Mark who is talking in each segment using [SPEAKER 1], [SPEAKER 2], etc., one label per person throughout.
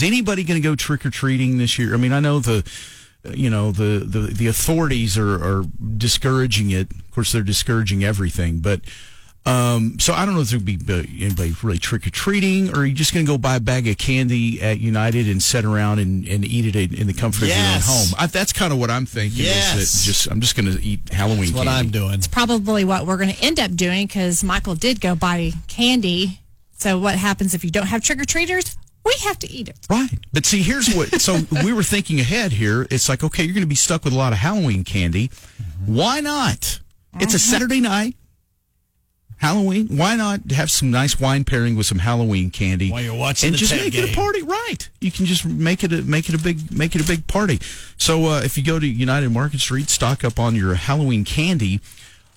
[SPEAKER 1] Is anybody going to go trick or treating this year? I mean, I know the, you know the the, the authorities are, are discouraging it. Of course, they're discouraging everything. But um, so I don't know if there'll be uh, anybody really trick or treating, or are you just going to go buy a bag of candy at United and sit around and, and eat it in, in the comfort
[SPEAKER 2] Yes.
[SPEAKER 1] of your own home? I, that's kind of what I'm thinking. Is
[SPEAKER 2] Yes.
[SPEAKER 1] that just I'm just going to eat Halloween.
[SPEAKER 2] That's what
[SPEAKER 1] candy.
[SPEAKER 2] I'm doing.
[SPEAKER 3] probably what we're going to end up doing because Michael did go buy candy. So what happens if you don't have trick or treaters? We have to eat it.
[SPEAKER 1] Right. But see, here's what. So we were thinking ahead here. It's like, okay, you're going to be stuck with a lot of Halloween candy.
[SPEAKER 2] Mm-hmm.
[SPEAKER 1] Why not? It's a Saturday night. Halloween. Why not have some nice wine pairing with some Halloween candy
[SPEAKER 2] While you're watching
[SPEAKER 1] and
[SPEAKER 2] the
[SPEAKER 1] just
[SPEAKER 2] Ted
[SPEAKER 1] make it
[SPEAKER 2] game.
[SPEAKER 1] a party? Right. You can just make it a make it a big make it a big party. So uh, if you go to United Market Street, stock up on your Halloween candy.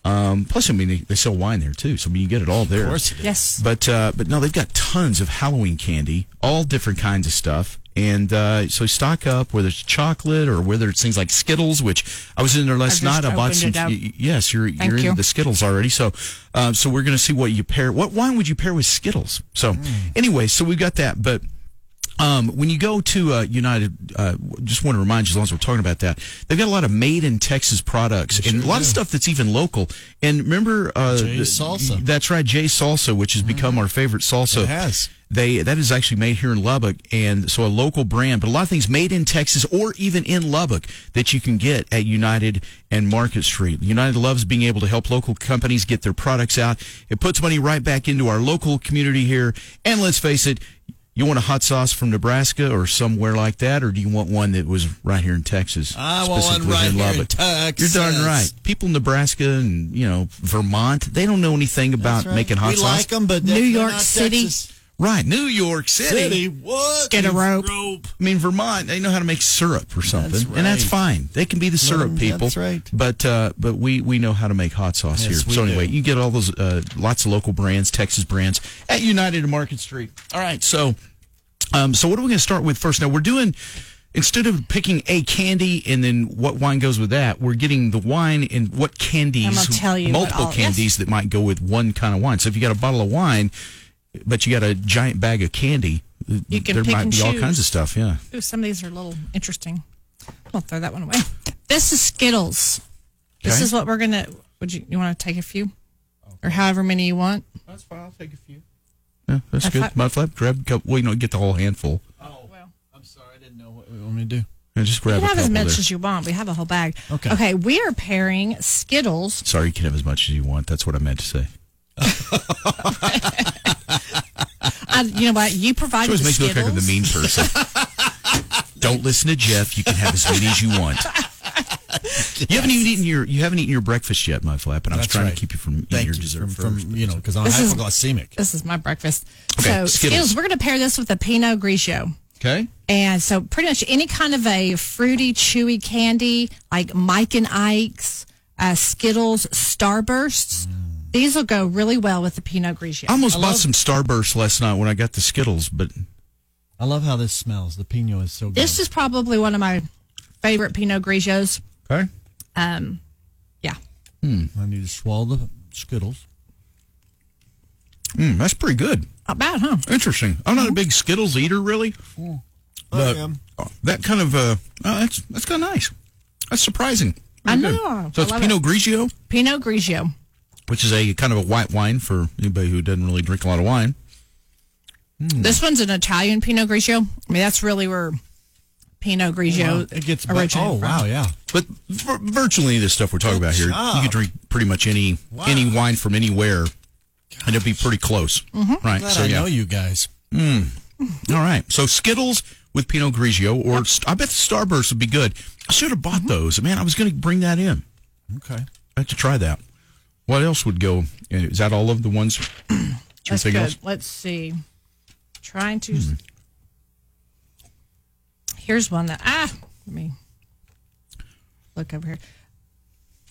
[SPEAKER 1] Um, plus, I mean, they, they sell wine there too, so I mean, you get it all there.
[SPEAKER 2] Of course it is.
[SPEAKER 3] Yes.
[SPEAKER 1] But uh, but no, they've got tons of Halloween candy, all different kinds of stuff. And uh, so stock up, whether it's chocolate or whether it's things like Skittles, which I was in there last
[SPEAKER 3] I just
[SPEAKER 1] night. I bought
[SPEAKER 3] opened
[SPEAKER 1] some.
[SPEAKER 3] it up.
[SPEAKER 1] y- y- yes, you're
[SPEAKER 3] Thank
[SPEAKER 1] you're into
[SPEAKER 3] you.
[SPEAKER 1] the Skittles already. So uh, so we're gonna see what you pair. What wine would you pair with Skittles? So
[SPEAKER 3] Mm.
[SPEAKER 1] anyway, so we've got that, but. Um, when you go to uh, United, uh, just want to remind you, as long as we're talking about that, they've got a lot of made in Texas products and a lot of stuff that's even local. And remember, uh,
[SPEAKER 2] Jay
[SPEAKER 1] the-
[SPEAKER 2] Salsa.
[SPEAKER 1] that's right, Jay Salsa, which has become our favorite salsa.
[SPEAKER 2] It has.
[SPEAKER 1] They that is actually made here in Lubbock, and so a local brand, but a lot of things made in Texas or even in Lubbock that you can get at United and Market Street. United loves being able to help local companies get their products out. It puts money right back into our local community here. And let's face it, you want a hot sauce from Nebraska or somewhere like that, or do you want one that was right here in Texas?
[SPEAKER 2] I want one
[SPEAKER 1] specifically
[SPEAKER 2] right here in
[SPEAKER 1] Lubbock?
[SPEAKER 2] Texas.
[SPEAKER 1] You're darn right people in Nebraska and you know Vermont, they don't know anything about making hot
[SPEAKER 2] we
[SPEAKER 1] sauce.
[SPEAKER 2] like them, but
[SPEAKER 3] New
[SPEAKER 2] they're
[SPEAKER 3] York
[SPEAKER 2] not
[SPEAKER 3] City.
[SPEAKER 2] Texas.
[SPEAKER 1] Right, New York City.
[SPEAKER 2] City. What?
[SPEAKER 3] Get a rope.
[SPEAKER 1] I mean, Vermont, they know how to make syrup or something,
[SPEAKER 2] That's
[SPEAKER 1] and that's
[SPEAKER 2] right.
[SPEAKER 1] fine. They can be the syrup
[SPEAKER 2] them-
[SPEAKER 1] people.
[SPEAKER 2] that's right.
[SPEAKER 1] But uh, but we we know how to make hot sauce
[SPEAKER 2] Yes,
[SPEAKER 1] here.
[SPEAKER 2] we
[SPEAKER 1] So anyway,
[SPEAKER 2] do.
[SPEAKER 1] you get all those uh, lots of local brands, Texas brands at United and Market Street. All right, so um, so what are we going to start with first? Now we're doing instead of picking a candy and then what wine goes with that, we're getting the wine and what candies,
[SPEAKER 3] I'm gonna tell you what
[SPEAKER 1] multiple
[SPEAKER 3] all- yes.
[SPEAKER 1] candies that might go with one kind of wine. So if you got a bottle of wine, but you got a giant bag of candy,
[SPEAKER 3] You can
[SPEAKER 1] there
[SPEAKER 3] pick
[SPEAKER 1] might
[SPEAKER 3] and
[SPEAKER 1] be all
[SPEAKER 3] choose.
[SPEAKER 1] kinds of stuff. Yeah.
[SPEAKER 3] Ooh, some of these are a little interesting. I'll throw that one away. This is Skittles. This
[SPEAKER 1] Okay.
[SPEAKER 3] is what we're going to. Would you, you want to take a few? Or however many you want?
[SPEAKER 1] That's fine. I'll take a few. Yeah, that's
[SPEAKER 3] Mud
[SPEAKER 1] good.
[SPEAKER 3] flap?
[SPEAKER 1] Mud flap, grab a couple. Well, you know, get the whole handful.
[SPEAKER 2] Oh, well. I'm sorry. I didn't know what we want me to do.
[SPEAKER 1] And just grab
[SPEAKER 3] You
[SPEAKER 1] a
[SPEAKER 3] can have
[SPEAKER 1] couple.
[SPEAKER 3] as much
[SPEAKER 1] there.
[SPEAKER 3] as you want. We have a whole bag.
[SPEAKER 2] Okay.
[SPEAKER 3] Okay. We are pairing Skittles.
[SPEAKER 1] Sorry, you can have as much as you want. That's what I meant to say.
[SPEAKER 3] I, you know what? You
[SPEAKER 1] She
[SPEAKER 3] provide the
[SPEAKER 1] always makes me
[SPEAKER 3] Skittles.
[SPEAKER 1] look like I'm the mean person. Don't listen to Jeff. You can have as many as you want. You haven't even eaten your you haven't eaten your breakfast yet, Mud Flap, and I was
[SPEAKER 2] That's
[SPEAKER 1] trying
[SPEAKER 2] right.
[SPEAKER 1] to keep you from eating
[SPEAKER 2] Thank
[SPEAKER 1] your
[SPEAKER 2] you.
[SPEAKER 1] dessert
[SPEAKER 2] from,
[SPEAKER 1] first.
[SPEAKER 2] from, you know, because I'm
[SPEAKER 3] This is-
[SPEAKER 2] hypoglycemic.
[SPEAKER 3] This is my breakfast.
[SPEAKER 1] Okay,
[SPEAKER 3] so
[SPEAKER 1] Skittles.
[SPEAKER 3] Skittles. We're going to pair this with a Pinot Grigio.
[SPEAKER 1] okay.
[SPEAKER 3] And so, pretty much any kind of a fruity, chewy candy like Mike and Ike's, uh, Skittles, Starbursts, these will go really well with the Pinot Grigio.
[SPEAKER 1] I almost
[SPEAKER 2] I
[SPEAKER 1] bought
[SPEAKER 2] love-
[SPEAKER 1] some Starburst last night when I got the Skittles, but
[SPEAKER 2] I love how this smells. The pino is so good.
[SPEAKER 3] this is probably one of my favorite Pinot Grigios.
[SPEAKER 1] okay.
[SPEAKER 3] Um, yeah.
[SPEAKER 2] I need to swallow the Skittles.
[SPEAKER 1] Mm, that's pretty good.
[SPEAKER 3] Not bad, huh?
[SPEAKER 1] Interesting. I'm not a big Skittles eater, really. But
[SPEAKER 2] Hmm. I am.
[SPEAKER 1] oh, that kind of uh, oh, that's that's kind of nice. That's surprising.
[SPEAKER 3] I
[SPEAKER 1] Very good.
[SPEAKER 3] know.
[SPEAKER 1] So
[SPEAKER 3] I
[SPEAKER 1] it's
[SPEAKER 3] love
[SPEAKER 1] Pinot Grigio,
[SPEAKER 3] Pinot Grigio.
[SPEAKER 1] which is a kind of a white wine for anybody who doesn't really drink a lot of wine.
[SPEAKER 2] Hmm.
[SPEAKER 3] This one's an Italian Pinot Grigio. I mean, that's really where Pinot Grigio
[SPEAKER 2] Wow, it gets better.
[SPEAKER 3] originated
[SPEAKER 2] Oh,
[SPEAKER 3] from.
[SPEAKER 2] wow, yeah.
[SPEAKER 1] But vir- virtually the stuff we're talking about here, you
[SPEAKER 2] job.
[SPEAKER 1] could drink pretty much any
[SPEAKER 2] Wow.
[SPEAKER 1] any wine from anywhere, and it'd be pretty close, right?
[SPEAKER 2] Mm-hmm. Glad
[SPEAKER 1] so
[SPEAKER 2] I
[SPEAKER 1] yeah,
[SPEAKER 2] know you guys.
[SPEAKER 1] all right. So Skittles with Pinot Grigio, or st- I bet the Starburst would be good. I should have bought
[SPEAKER 2] Mm-hmm.
[SPEAKER 1] those, man. I was going to bring that in.
[SPEAKER 2] Okay.
[SPEAKER 1] I have to try that. What else would go? Eh, Is that all of the ones?
[SPEAKER 3] That's
[SPEAKER 1] Anything Hmm.
[SPEAKER 3] good.
[SPEAKER 1] else?
[SPEAKER 3] Let's see. Trying to. Here's one that ah, let me look over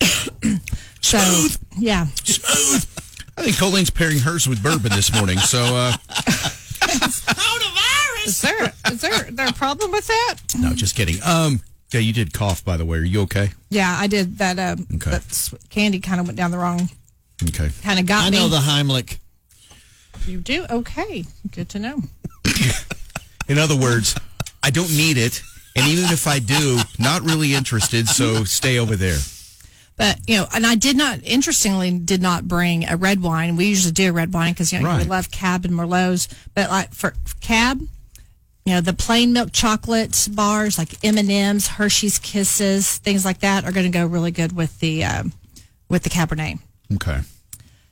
[SPEAKER 3] here. so yeah,
[SPEAKER 1] I think Colleen's pairing hers with bourbon this morning. So uh,
[SPEAKER 3] is there is there there a problem with that?
[SPEAKER 1] no, just kidding. Um, yeah, you did cough by the way. Are you okay?
[SPEAKER 3] Yeah, I did that. Uh,
[SPEAKER 1] Okay.
[SPEAKER 3] that s- candy kind of went down the wrong.
[SPEAKER 1] Okay.
[SPEAKER 3] Kind of got
[SPEAKER 2] I know
[SPEAKER 3] me.
[SPEAKER 2] the Heimlich.
[SPEAKER 3] you do okay. Good to know.
[SPEAKER 1] In other words, I don't need it, and even if I do, not really interested. So stay over there.
[SPEAKER 3] But you know, and I did not. Interestingly, did not bring a red wine. We usually do a red wine because you know we
[SPEAKER 1] Right.
[SPEAKER 3] love Cab and Merlots. But like for for Cab, you know, the plain milk chocolate bars like M and M's, Hershey's Kisses, things like that are going to go really good with the um, with the Cabernet.
[SPEAKER 1] Okay.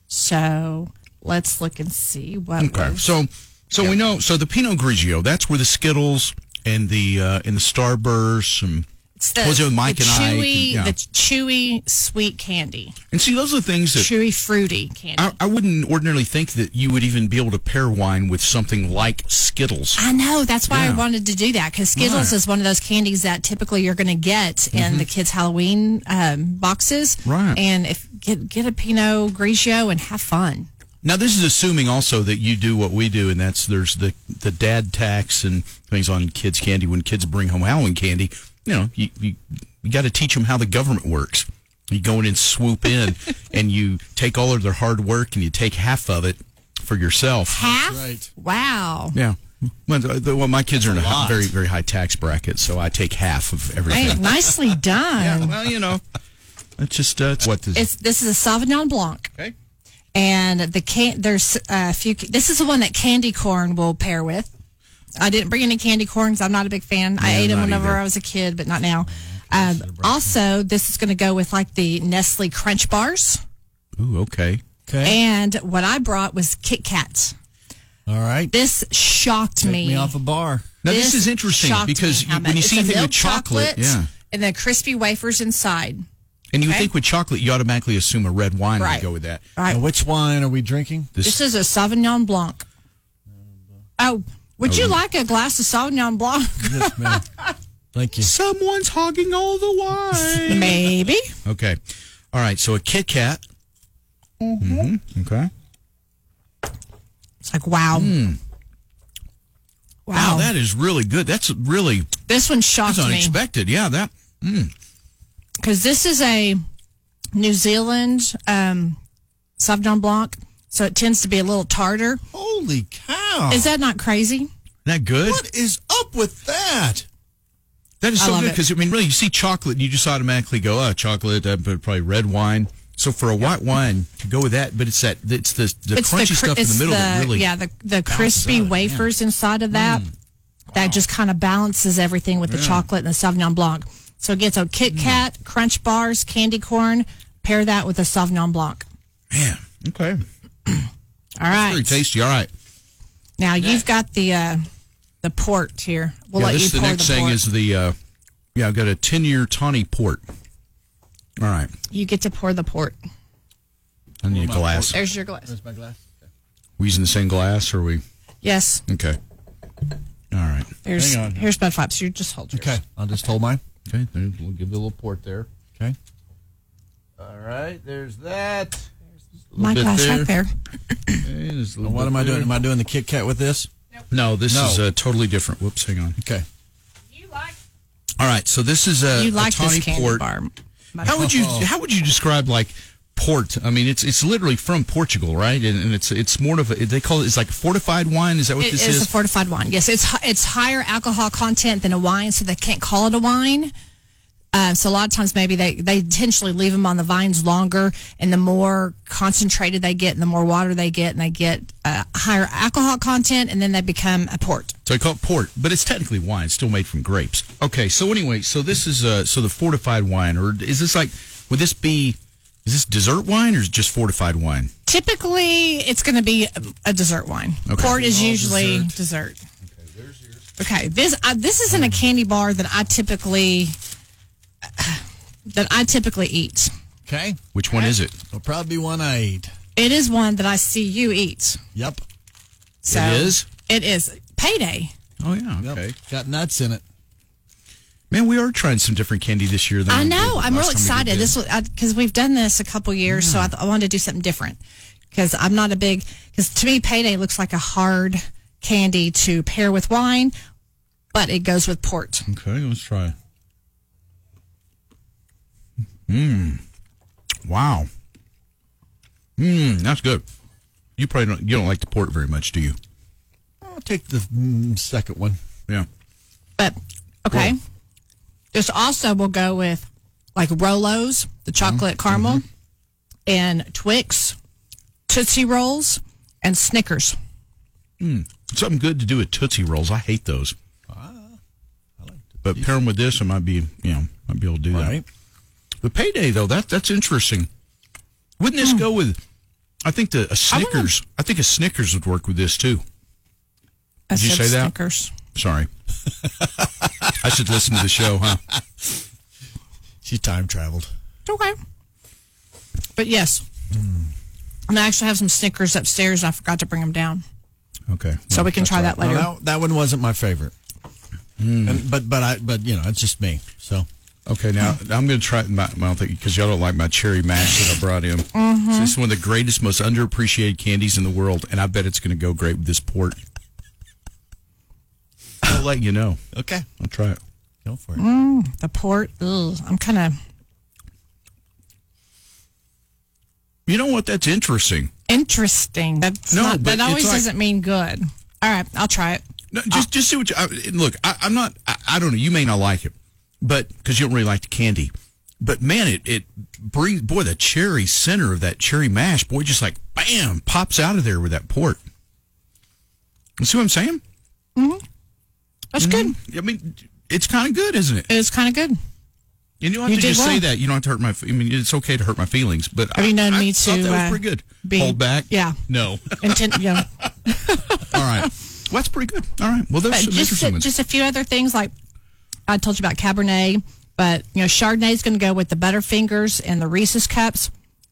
[SPEAKER 3] So let's look and see what.
[SPEAKER 1] Okay.
[SPEAKER 3] was-
[SPEAKER 1] So so we know. So the Pinot Grigio. That's where the Skittles and the uh, and the Starburst and
[SPEAKER 3] It's the,
[SPEAKER 1] was it with Mike
[SPEAKER 3] the
[SPEAKER 1] and I?
[SPEAKER 3] chewy,
[SPEAKER 1] Yeah.
[SPEAKER 3] the chewy sweet candy,
[SPEAKER 1] and see those are the things that
[SPEAKER 3] chewy fruity candy.
[SPEAKER 1] I, I wouldn't ordinarily think that you would even be able to pair wine with something like Skittles.
[SPEAKER 3] I know. That's why I
[SPEAKER 1] Yeah.
[SPEAKER 3] wanted to do that because Skittles
[SPEAKER 1] Right. Mm-hmm.
[SPEAKER 3] is one of those candies that typically you're going to get in the kids' Halloween um, boxes.
[SPEAKER 1] Right.
[SPEAKER 3] And if get get a Pinot Grigio and have fun.
[SPEAKER 1] Now, this is assuming also that you do what we do, and that's there's the the dad tax and things on kids' candy when kids bring home Halloween candy. You know, you you, you got to teach them how the government works. You go in and swoop in, and you take all of their hard work, and you take half of it for yourself.
[SPEAKER 3] Half.
[SPEAKER 2] right.
[SPEAKER 3] Wow.
[SPEAKER 1] Yeah. Well, the- the- well, my kids are in a, hi-
[SPEAKER 2] lot.
[SPEAKER 1] very very high tax bracket, so I take half of
[SPEAKER 3] Hey,
[SPEAKER 1] everything.
[SPEAKER 3] nicely done.
[SPEAKER 1] well, you know, it's just uh, what does
[SPEAKER 3] It's this is a Sauvignon Blanc,
[SPEAKER 1] okay.
[SPEAKER 3] and the can there's uh, a few. This is the one that candy corn will pair with. I didn't bring any candy corn because I'm not a big fan. I ate them
[SPEAKER 1] not
[SPEAKER 3] whenever
[SPEAKER 1] either.
[SPEAKER 3] I was a kid, but not now. Um, also, this is going to go with like the Nestle Crunch bars.
[SPEAKER 1] Ooh, okay.
[SPEAKER 2] Okay.
[SPEAKER 3] And what I brought was Kit Kats.
[SPEAKER 2] All right.
[SPEAKER 3] This shocked
[SPEAKER 2] Take
[SPEAKER 3] me.
[SPEAKER 2] me off a bar.
[SPEAKER 1] Now this, is interesting
[SPEAKER 3] shocked
[SPEAKER 1] because
[SPEAKER 3] me how
[SPEAKER 1] you, when you
[SPEAKER 3] much-
[SPEAKER 1] see
[SPEAKER 3] it's a
[SPEAKER 1] anything with
[SPEAKER 3] milk
[SPEAKER 1] chocolate, yeah,
[SPEAKER 3] and the crispy wafers inside.
[SPEAKER 1] and you would
[SPEAKER 3] Okay.
[SPEAKER 1] think with chocolate you automatically assume a red wine
[SPEAKER 3] Right.
[SPEAKER 1] would go with that.
[SPEAKER 3] Right.
[SPEAKER 2] Now, which wine are we drinking?
[SPEAKER 3] This is a Sauvignon Blanc. Oh, would you like a glass of Sauvignon Blanc?
[SPEAKER 2] yes, ma'am. Thank you.
[SPEAKER 1] Someone's hogging all the wine.
[SPEAKER 3] Maybe.
[SPEAKER 1] okay, all right. So a Kit Kat. Mm-hmm. Okay.
[SPEAKER 3] It's like wow, wow.
[SPEAKER 1] Hmm. Wow, that is really good. That's really
[SPEAKER 3] this one shocked
[SPEAKER 1] that's
[SPEAKER 3] me
[SPEAKER 1] unexpected. Yeah, that
[SPEAKER 3] because this is a New Zealand um, Sauvignon Blanc, so it tends to be a little tartar.
[SPEAKER 2] Holy
[SPEAKER 1] Oh.
[SPEAKER 2] cow.
[SPEAKER 3] Is that not crazy?
[SPEAKER 1] that good.
[SPEAKER 2] what is up with that?
[SPEAKER 1] That is
[SPEAKER 3] I
[SPEAKER 1] so
[SPEAKER 3] love
[SPEAKER 1] good
[SPEAKER 3] it.
[SPEAKER 1] because I mean, really, you see chocolate, and you just automatically go, "Oh, chocolate." uh, but probably red wine. So for a white wine, to go with that. But it's that it's the the crunchy
[SPEAKER 3] cr-
[SPEAKER 1] stuff in the
[SPEAKER 3] it's
[SPEAKER 1] middle that really
[SPEAKER 3] yeah the the crispy
[SPEAKER 1] out, yeah. Mm.
[SPEAKER 3] wafers inside of that that just kind of balances everything with the chocolate and the Sauvignon Blanc. So again, so Kit
[SPEAKER 1] Mm.
[SPEAKER 3] Kat, Crunch bars, candy corn. Pair that with a Sauvignon Blanc.
[SPEAKER 1] man. Okay.
[SPEAKER 3] All right.
[SPEAKER 1] Very tasty. All right.
[SPEAKER 3] now you've got the uh, the port here. We'll
[SPEAKER 1] yeah,
[SPEAKER 3] let
[SPEAKER 1] this
[SPEAKER 3] you
[SPEAKER 1] is the
[SPEAKER 3] pour
[SPEAKER 1] next
[SPEAKER 3] the
[SPEAKER 1] thing
[SPEAKER 3] port.
[SPEAKER 1] is the uh, yeah. I've got a ten year tawny port. All right,
[SPEAKER 3] you get to pour the port.
[SPEAKER 1] I need a glass.
[SPEAKER 3] There's your glass.
[SPEAKER 2] Where's my glass?
[SPEAKER 1] We using the same glass, or we
[SPEAKER 3] Yes.
[SPEAKER 1] okay? All right.
[SPEAKER 3] There's
[SPEAKER 2] Hang on.
[SPEAKER 3] here's Bud Flaps. You just hold yours.
[SPEAKER 2] Okay. I'll just hold mine.
[SPEAKER 1] Okay, there- we'll give it a little port there.
[SPEAKER 2] Okay.
[SPEAKER 1] All right, there's that.
[SPEAKER 3] My
[SPEAKER 1] bit
[SPEAKER 3] glass right there.
[SPEAKER 2] What am I doing? Am I doing the Kit Kat with this?
[SPEAKER 1] No, this
[SPEAKER 2] No.
[SPEAKER 1] is uh, totally different. Whoops, hang on.
[SPEAKER 2] Okay.
[SPEAKER 1] All right, so this is a, a
[SPEAKER 3] You like
[SPEAKER 1] tawny
[SPEAKER 3] this candy
[SPEAKER 1] port.
[SPEAKER 3] bar? My-
[SPEAKER 1] How would you how would you describe like port? I mean, it's it's literally from Portugal, right? And, and it's it's more of a, they call it it's like a fortified wine. Is that what
[SPEAKER 3] It
[SPEAKER 1] this
[SPEAKER 3] is a fortified wine. Yes, it's hi- it's higher alcohol content than a wine, so they can't call it a wine. Uh, so a lot of times, maybe they they intentionally leave them on the vines longer, and the more concentrated they get, and the more water they get, and they get uh, higher alcohol content, and then they become a port.
[SPEAKER 1] So I call it port, but it's technically wine, It's still made from grapes. Okay, so anyway, so this is uh, so the fortified wine, or is this like would this be is this dessert wine or is it just fortified wine?
[SPEAKER 3] Typically, it's going to be a, a dessert wine.
[SPEAKER 1] Okay.
[SPEAKER 3] Port is usually dessert. Okay, this uh, this isn't a candy bar that I typically uh, that I typically eat.
[SPEAKER 2] Okay.
[SPEAKER 1] Which one is it?
[SPEAKER 2] It'll probably be one I eat.
[SPEAKER 3] It is one that I see you eat.
[SPEAKER 2] Yep.
[SPEAKER 3] So
[SPEAKER 1] It is?
[SPEAKER 3] It is payday.
[SPEAKER 1] Oh yeah,
[SPEAKER 2] Yep.
[SPEAKER 1] okay.
[SPEAKER 2] Got nuts in it.
[SPEAKER 1] Man, we are trying some different candy this year. Than
[SPEAKER 3] I
[SPEAKER 1] we did
[SPEAKER 3] know. I'm
[SPEAKER 1] last time
[SPEAKER 3] real
[SPEAKER 1] we
[SPEAKER 3] excited.
[SPEAKER 1] did.
[SPEAKER 3] This because we've done this a couple years, so I, th- I wanted to do something different. Because I'm not a big. Because to me, payday looks like a hard candy to pair with wine, but it goes with port.
[SPEAKER 2] Okay, let's try.
[SPEAKER 1] Mm. Wow. Mmm, that's good. You probably don't. You don't like the port very much, do you?
[SPEAKER 2] I'll take the mm, second one.
[SPEAKER 1] Yeah.
[SPEAKER 3] But okay, this also will go with like Rolos,
[SPEAKER 1] Mm-hmm.
[SPEAKER 3] the chocolate caramel, and Twix, Tootsie Rolls, and Snickers.
[SPEAKER 1] Something good to do with Tootsie Rolls. I hate those. But pair them with this, I might be, you know, might be able to do
[SPEAKER 2] All
[SPEAKER 1] that.
[SPEAKER 2] right.
[SPEAKER 1] The payday though, that that's interesting. Wouldn't this go with? I think the a Snickers. I, think a Snickers would work with this too.
[SPEAKER 3] I
[SPEAKER 1] Did you
[SPEAKER 3] said
[SPEAKER 1] say that?
[SPEAKER 3] Snickers.
[SPEAKER 1] Sorry, I should listen to the show, huh?
[SPEAKER 2] She time traveled.
[SPEAKER 3] It's okay. But yes. And I actually have some Snickers upstairs. I forgot to bring them down.
[SPEAKER 1] Okay,
[SPEAKER 3] So we can try that
[SPEAKER 2] No,
[SPEAKER 3] later.
[SPEAKER 2] that, that one wasn't my favorite. And, but but I but you know it's just me. So
[SPEAKER 1] okay. Now I'm going to try my. I don't think because y'all don't like my cherry mash that I brought in.
[SPEAKER 2] Mm-hmm.
[SPEAKER 1] So this is one of the greatest, most underappreciated candies in the world, and I bet it's going to go great with this port. I'll let you know.
[SPEAKER 2] okay,
[SPEAKER 1] I'll try it. Mm.
[SPEAKER 2] go for it.
[SPEAKER 3] The port, ugh, I'm kind of
[SPEAKER 1] You know what? That's interesting.
[SPEAKER 3] interesting. That's
[SPEAKER 1] No,
[SPEAKER 3] not,
[SPEAKER 1] but
[SPEAKER 3] that always
[SPEAKER 1] it's like-
[SPEAKER 3] doesn't mean good. All right, I'll try it.
[SPEAKER 1] No,
[SPEAKER 3] Oh.
[SPEAKER 1] just just see what you I, look. I, I'm not. I, I don't know. You may not like it, but because you don't really like the candy. But man, it it brings boy the cherry center of that cherry mash. Boy, just like bam, pops out of there with that port. You see what I'm saying?
[SPEAKER 3] That's good.
[SPEAKER 1] I mean, it's kind of good, isn't it?
[SPEAKER 3] It's kind of good.
[SPEAKER 1] And you don't have
[SPEAKER 3] You
[SPEAKER 1] to
[SPEAKER 3] did
[SPEAKER 1] just say
[SPEAKER 3] well.
[SPEAKER 1] that. You don't have to hurt my. f- I mean, it's okay to hurt my feelings, but
[SPEAKER 3] Have
[SPEAKER 1] I,
[SPEAKER 3] you known
[SPEAKER 1] I
[SPEAKER 3] me
[SPEAKER 1] thought
[SPEAKER 3] to,
[SPEAKER 1] that was
[SPEAKER 3] uh,
[SPEAKER 1] pretty good.
[SPEAKER 3] be-
[SPEAKER 1] Hold back.
[SPEAKER 3] yeah.
[SPEAKER 1] No.
[SPEAKER 3] Intent, yeah.
[SPEAKER 1] All right. Well, that's pretty good. All right. Well, there's
[SPEAKER 3] But
[SPEAKER 1] some
[SPEAKER 3] just
[SPEAKER 1] interesting
[SPEAKER 3] a,
[SPEAKER 1] ones.
[SPEAKER 3] just a few other things like I told you about Cabernet, but you know Chardonnay is going to go with the Butterfingers and the Reese's cups,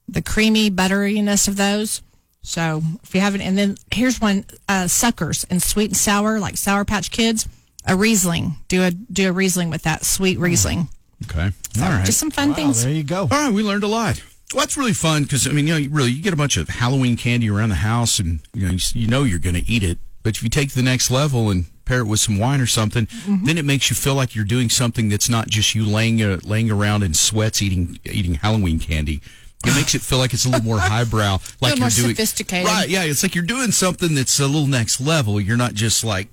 [SPEAKER 3] the creamy butteriness of those. So if you haven't, and then here's one uh, suckers and sweet and sour like Sour Patch Kids, a Riesling. Do a do a Riesling with that sweet Riesling.
[SPEAKER 1] okay. All right.
[SPEAKER 3] Just some fun
[SPEAKER 2] Mm. Wow,
[SPEAKER 3] things.
[SPEAKER 2] Oh, there you go.
[SPEAKER 1] All right, we learned a lot. Well, that's really fun because I mean, you know, you really, you get a bunch of Halloween candy around the house, and you know, you, s- you know you're going to eat it. But if you take it to the next level and pair it with some wine or something,
[SPEAKER 3] Mm-hmm.
[SPEAKER 1] then it makes you feel like you're doing something that's not just you laying uh, laying around in sweats eating eating Halloween candy. It makes it feel like it's a little more highbrow, like
[SPEAKER 3] more
[SPEAKER 1] you're doing
[SPEAKER 3] sophisticated.
[SPEAKER 1] Right? Yeah, it's like you're doing something that's a little next level. You're not just like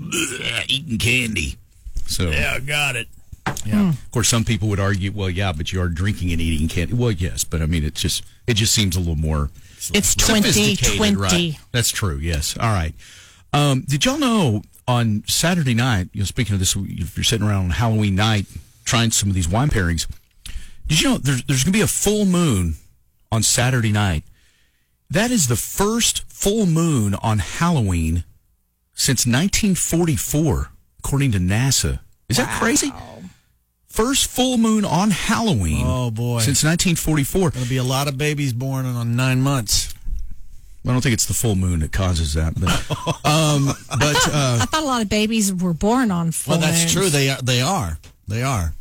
[SPEAKER 1] "Ugh, eating candy. So
[SPEAKER 2] Yeah, got it.
[SPEAKER 1] of course, some people would argue, well, yeah, but you are drinking and eating candy. Well, yes, but I mean, it just it just seems a little more
[SPEAKER 3] It's 2020.
[SPEAKER 1] sophisticated, right? That's true. Yes. All right. Um, did y'all know on Saturday night? You know, speaking of this, if you're sitting around on Halloween night trying some of these wine pairings, did you know there's there's going to be a full moon on Saturday night? That is the first full moon on Halloween since 1944, according to NASA. Is that crazy? First full moon on Halloween.
[SPEAKER 2] Oh, boy.
[SPEAKER 1] Since 1944.
[SPEAKER 2] Gonna be a lot of babies born in uh, nine months.
[SPEAKER 1] I don't think it's the full moon that causes that, but um, but uh,
[SPEAKER 3] I thought a lot of babies were born on full
[SPEAKER 2] Well, that's
[SPEAKER 3] moons.
[SPEAKER 2] true. They are, they are. They are.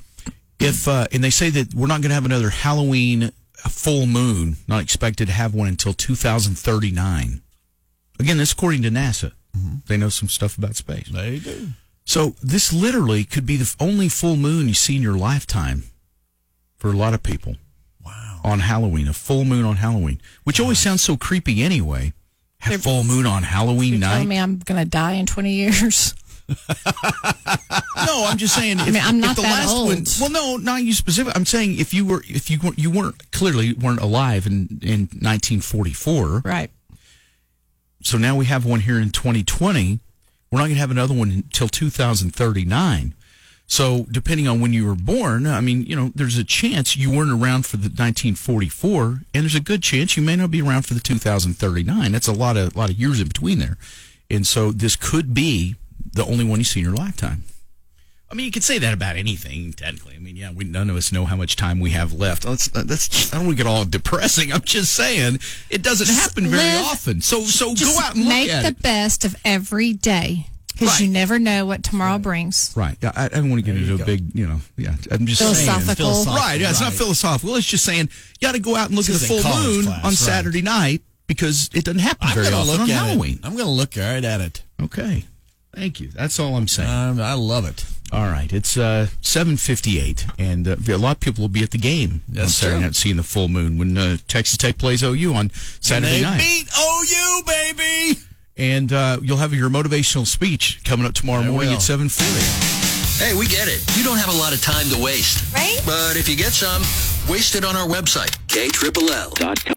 [SPEAKER 1] if uh, and they say that we're not going to have another Halloween full moon, not expected to have one until 2039. Again, that's according to NASA. They know some stuff about space.
[SPEAKER 2] They do.
[SPEAKER 1] So this literally could be the f- only full moon you see in your lifetime for a lot of people
[SPEAKER 2] Wow.
[SPEAKER 1] on Halloween, a full moon on Halloween, which always sounds so creepy anyway. Have full moon on Halloween
[SPEAKER 3] You're telling
[SPEAKER 1] night?
[SPEAKER 3] me I'm gonna die in 20 years.
[SPEAKER 1] No, I'm just saying. If,
[SPEAKER 3] mean, I'm
[SPEAKER 1] if
[SPEAKER 3] not
[SPEAKER 1] the
[SPEAKER 3] that
[SPEAKER 1] last
[SPEAKER 3] old.
[SPEAKER 1] One, well, no, not you specific. I'm saying if you were, if you weren't, you weren't clearly weren't alive in in 1944.
[SPEAKER 3] Right.
[SPEAKER 1] So now we have one here in 2020. We're not going to have another one until 2039. So depending on when you were born, I mean, you know, there's a chance you weren't around for the 1944, and there's a good chance you may not be around for the 2039. That's a lot of lot of years in between there, and so this could be the only one you see in your lifetime. I mean, you could say that about anything, technically. I mean, yeah, we none of us know how much time we have left. Let's, that's I don't want to get all depressing. I'm just saying it doesn't happen very
[SPEAKER 3] live-
[SPEAKER 1] often. So so
[SPEAKER 3] Just
[SPEAKER 1] go out and look
[SPEAKER 3] make
[SPEAKER 1] at
[SPEAKER 3] the
[SPEAKER 1] it.
[SPEAKER 3] best of every day. because you never know what tomorrow brings.
[SPEAKER 1] Right. I, I don't want to get into a big, you know, yeah. I'm just saying.
[SPEAKER 3] Philosophical.
[SPEAKER 1] Right. Yeah, it's not philosophical. It's just saying you got to go out and look at
[SPEAKER 2] This
[SPEAKER 1] the
[SPEAKER 2] isn't
[SPEAKER 1] full
[SPEAKER 2] college
[SPEAKER 1] moon
[SPEAKER 2] class,
[SPEAKER 1] on
[SPEAKER 2] right.
[SPEAKER 1] Saturday night because it doesn't happen
[SPEAKER 2] I'm
[SPEAKER 1] very
[SPEAKER 2] gonna
[SPEAKER 1] often
[SPEAKER 2] look
[SPEAKER 1] on
[SPEAKER 2] at
[SPEAKER 1] Halloween.
[SPEAKER 2] it. I'm gonna look right at it.
[SPEAKER 1] Okay. Thank you. That's all I'm saying.
[SPEAKER 2] Um, I love it.
[SPEAKER 1] Uh, all right. It's uh, 7:58, and uh, a lot of people will be at the game on
[SPEAKER 2] That's
[SPEAKER 1] Saturday
[SPEAKER 2] true.
[SPEAKER 1] night seeing the full moon when uh, Texas Tech plays OU on Saturday
[SPEAKER 2] They
[SPEAKER 1] night.
[SPEAKER 2] beat OU, baby.
[SPEAKER 1] and uh, you'll have your motivational speech coming up tomorrow morning
[SPEAKER 2] will.
[SPEAKER 1] at 7:40.
[SPEAKER 4] Hey, we get it. You don't have a lot of time to waste.
[SPEAKER 5] Right?
[SPEAKER 4] But if you get some, waste it on our website, KLLL.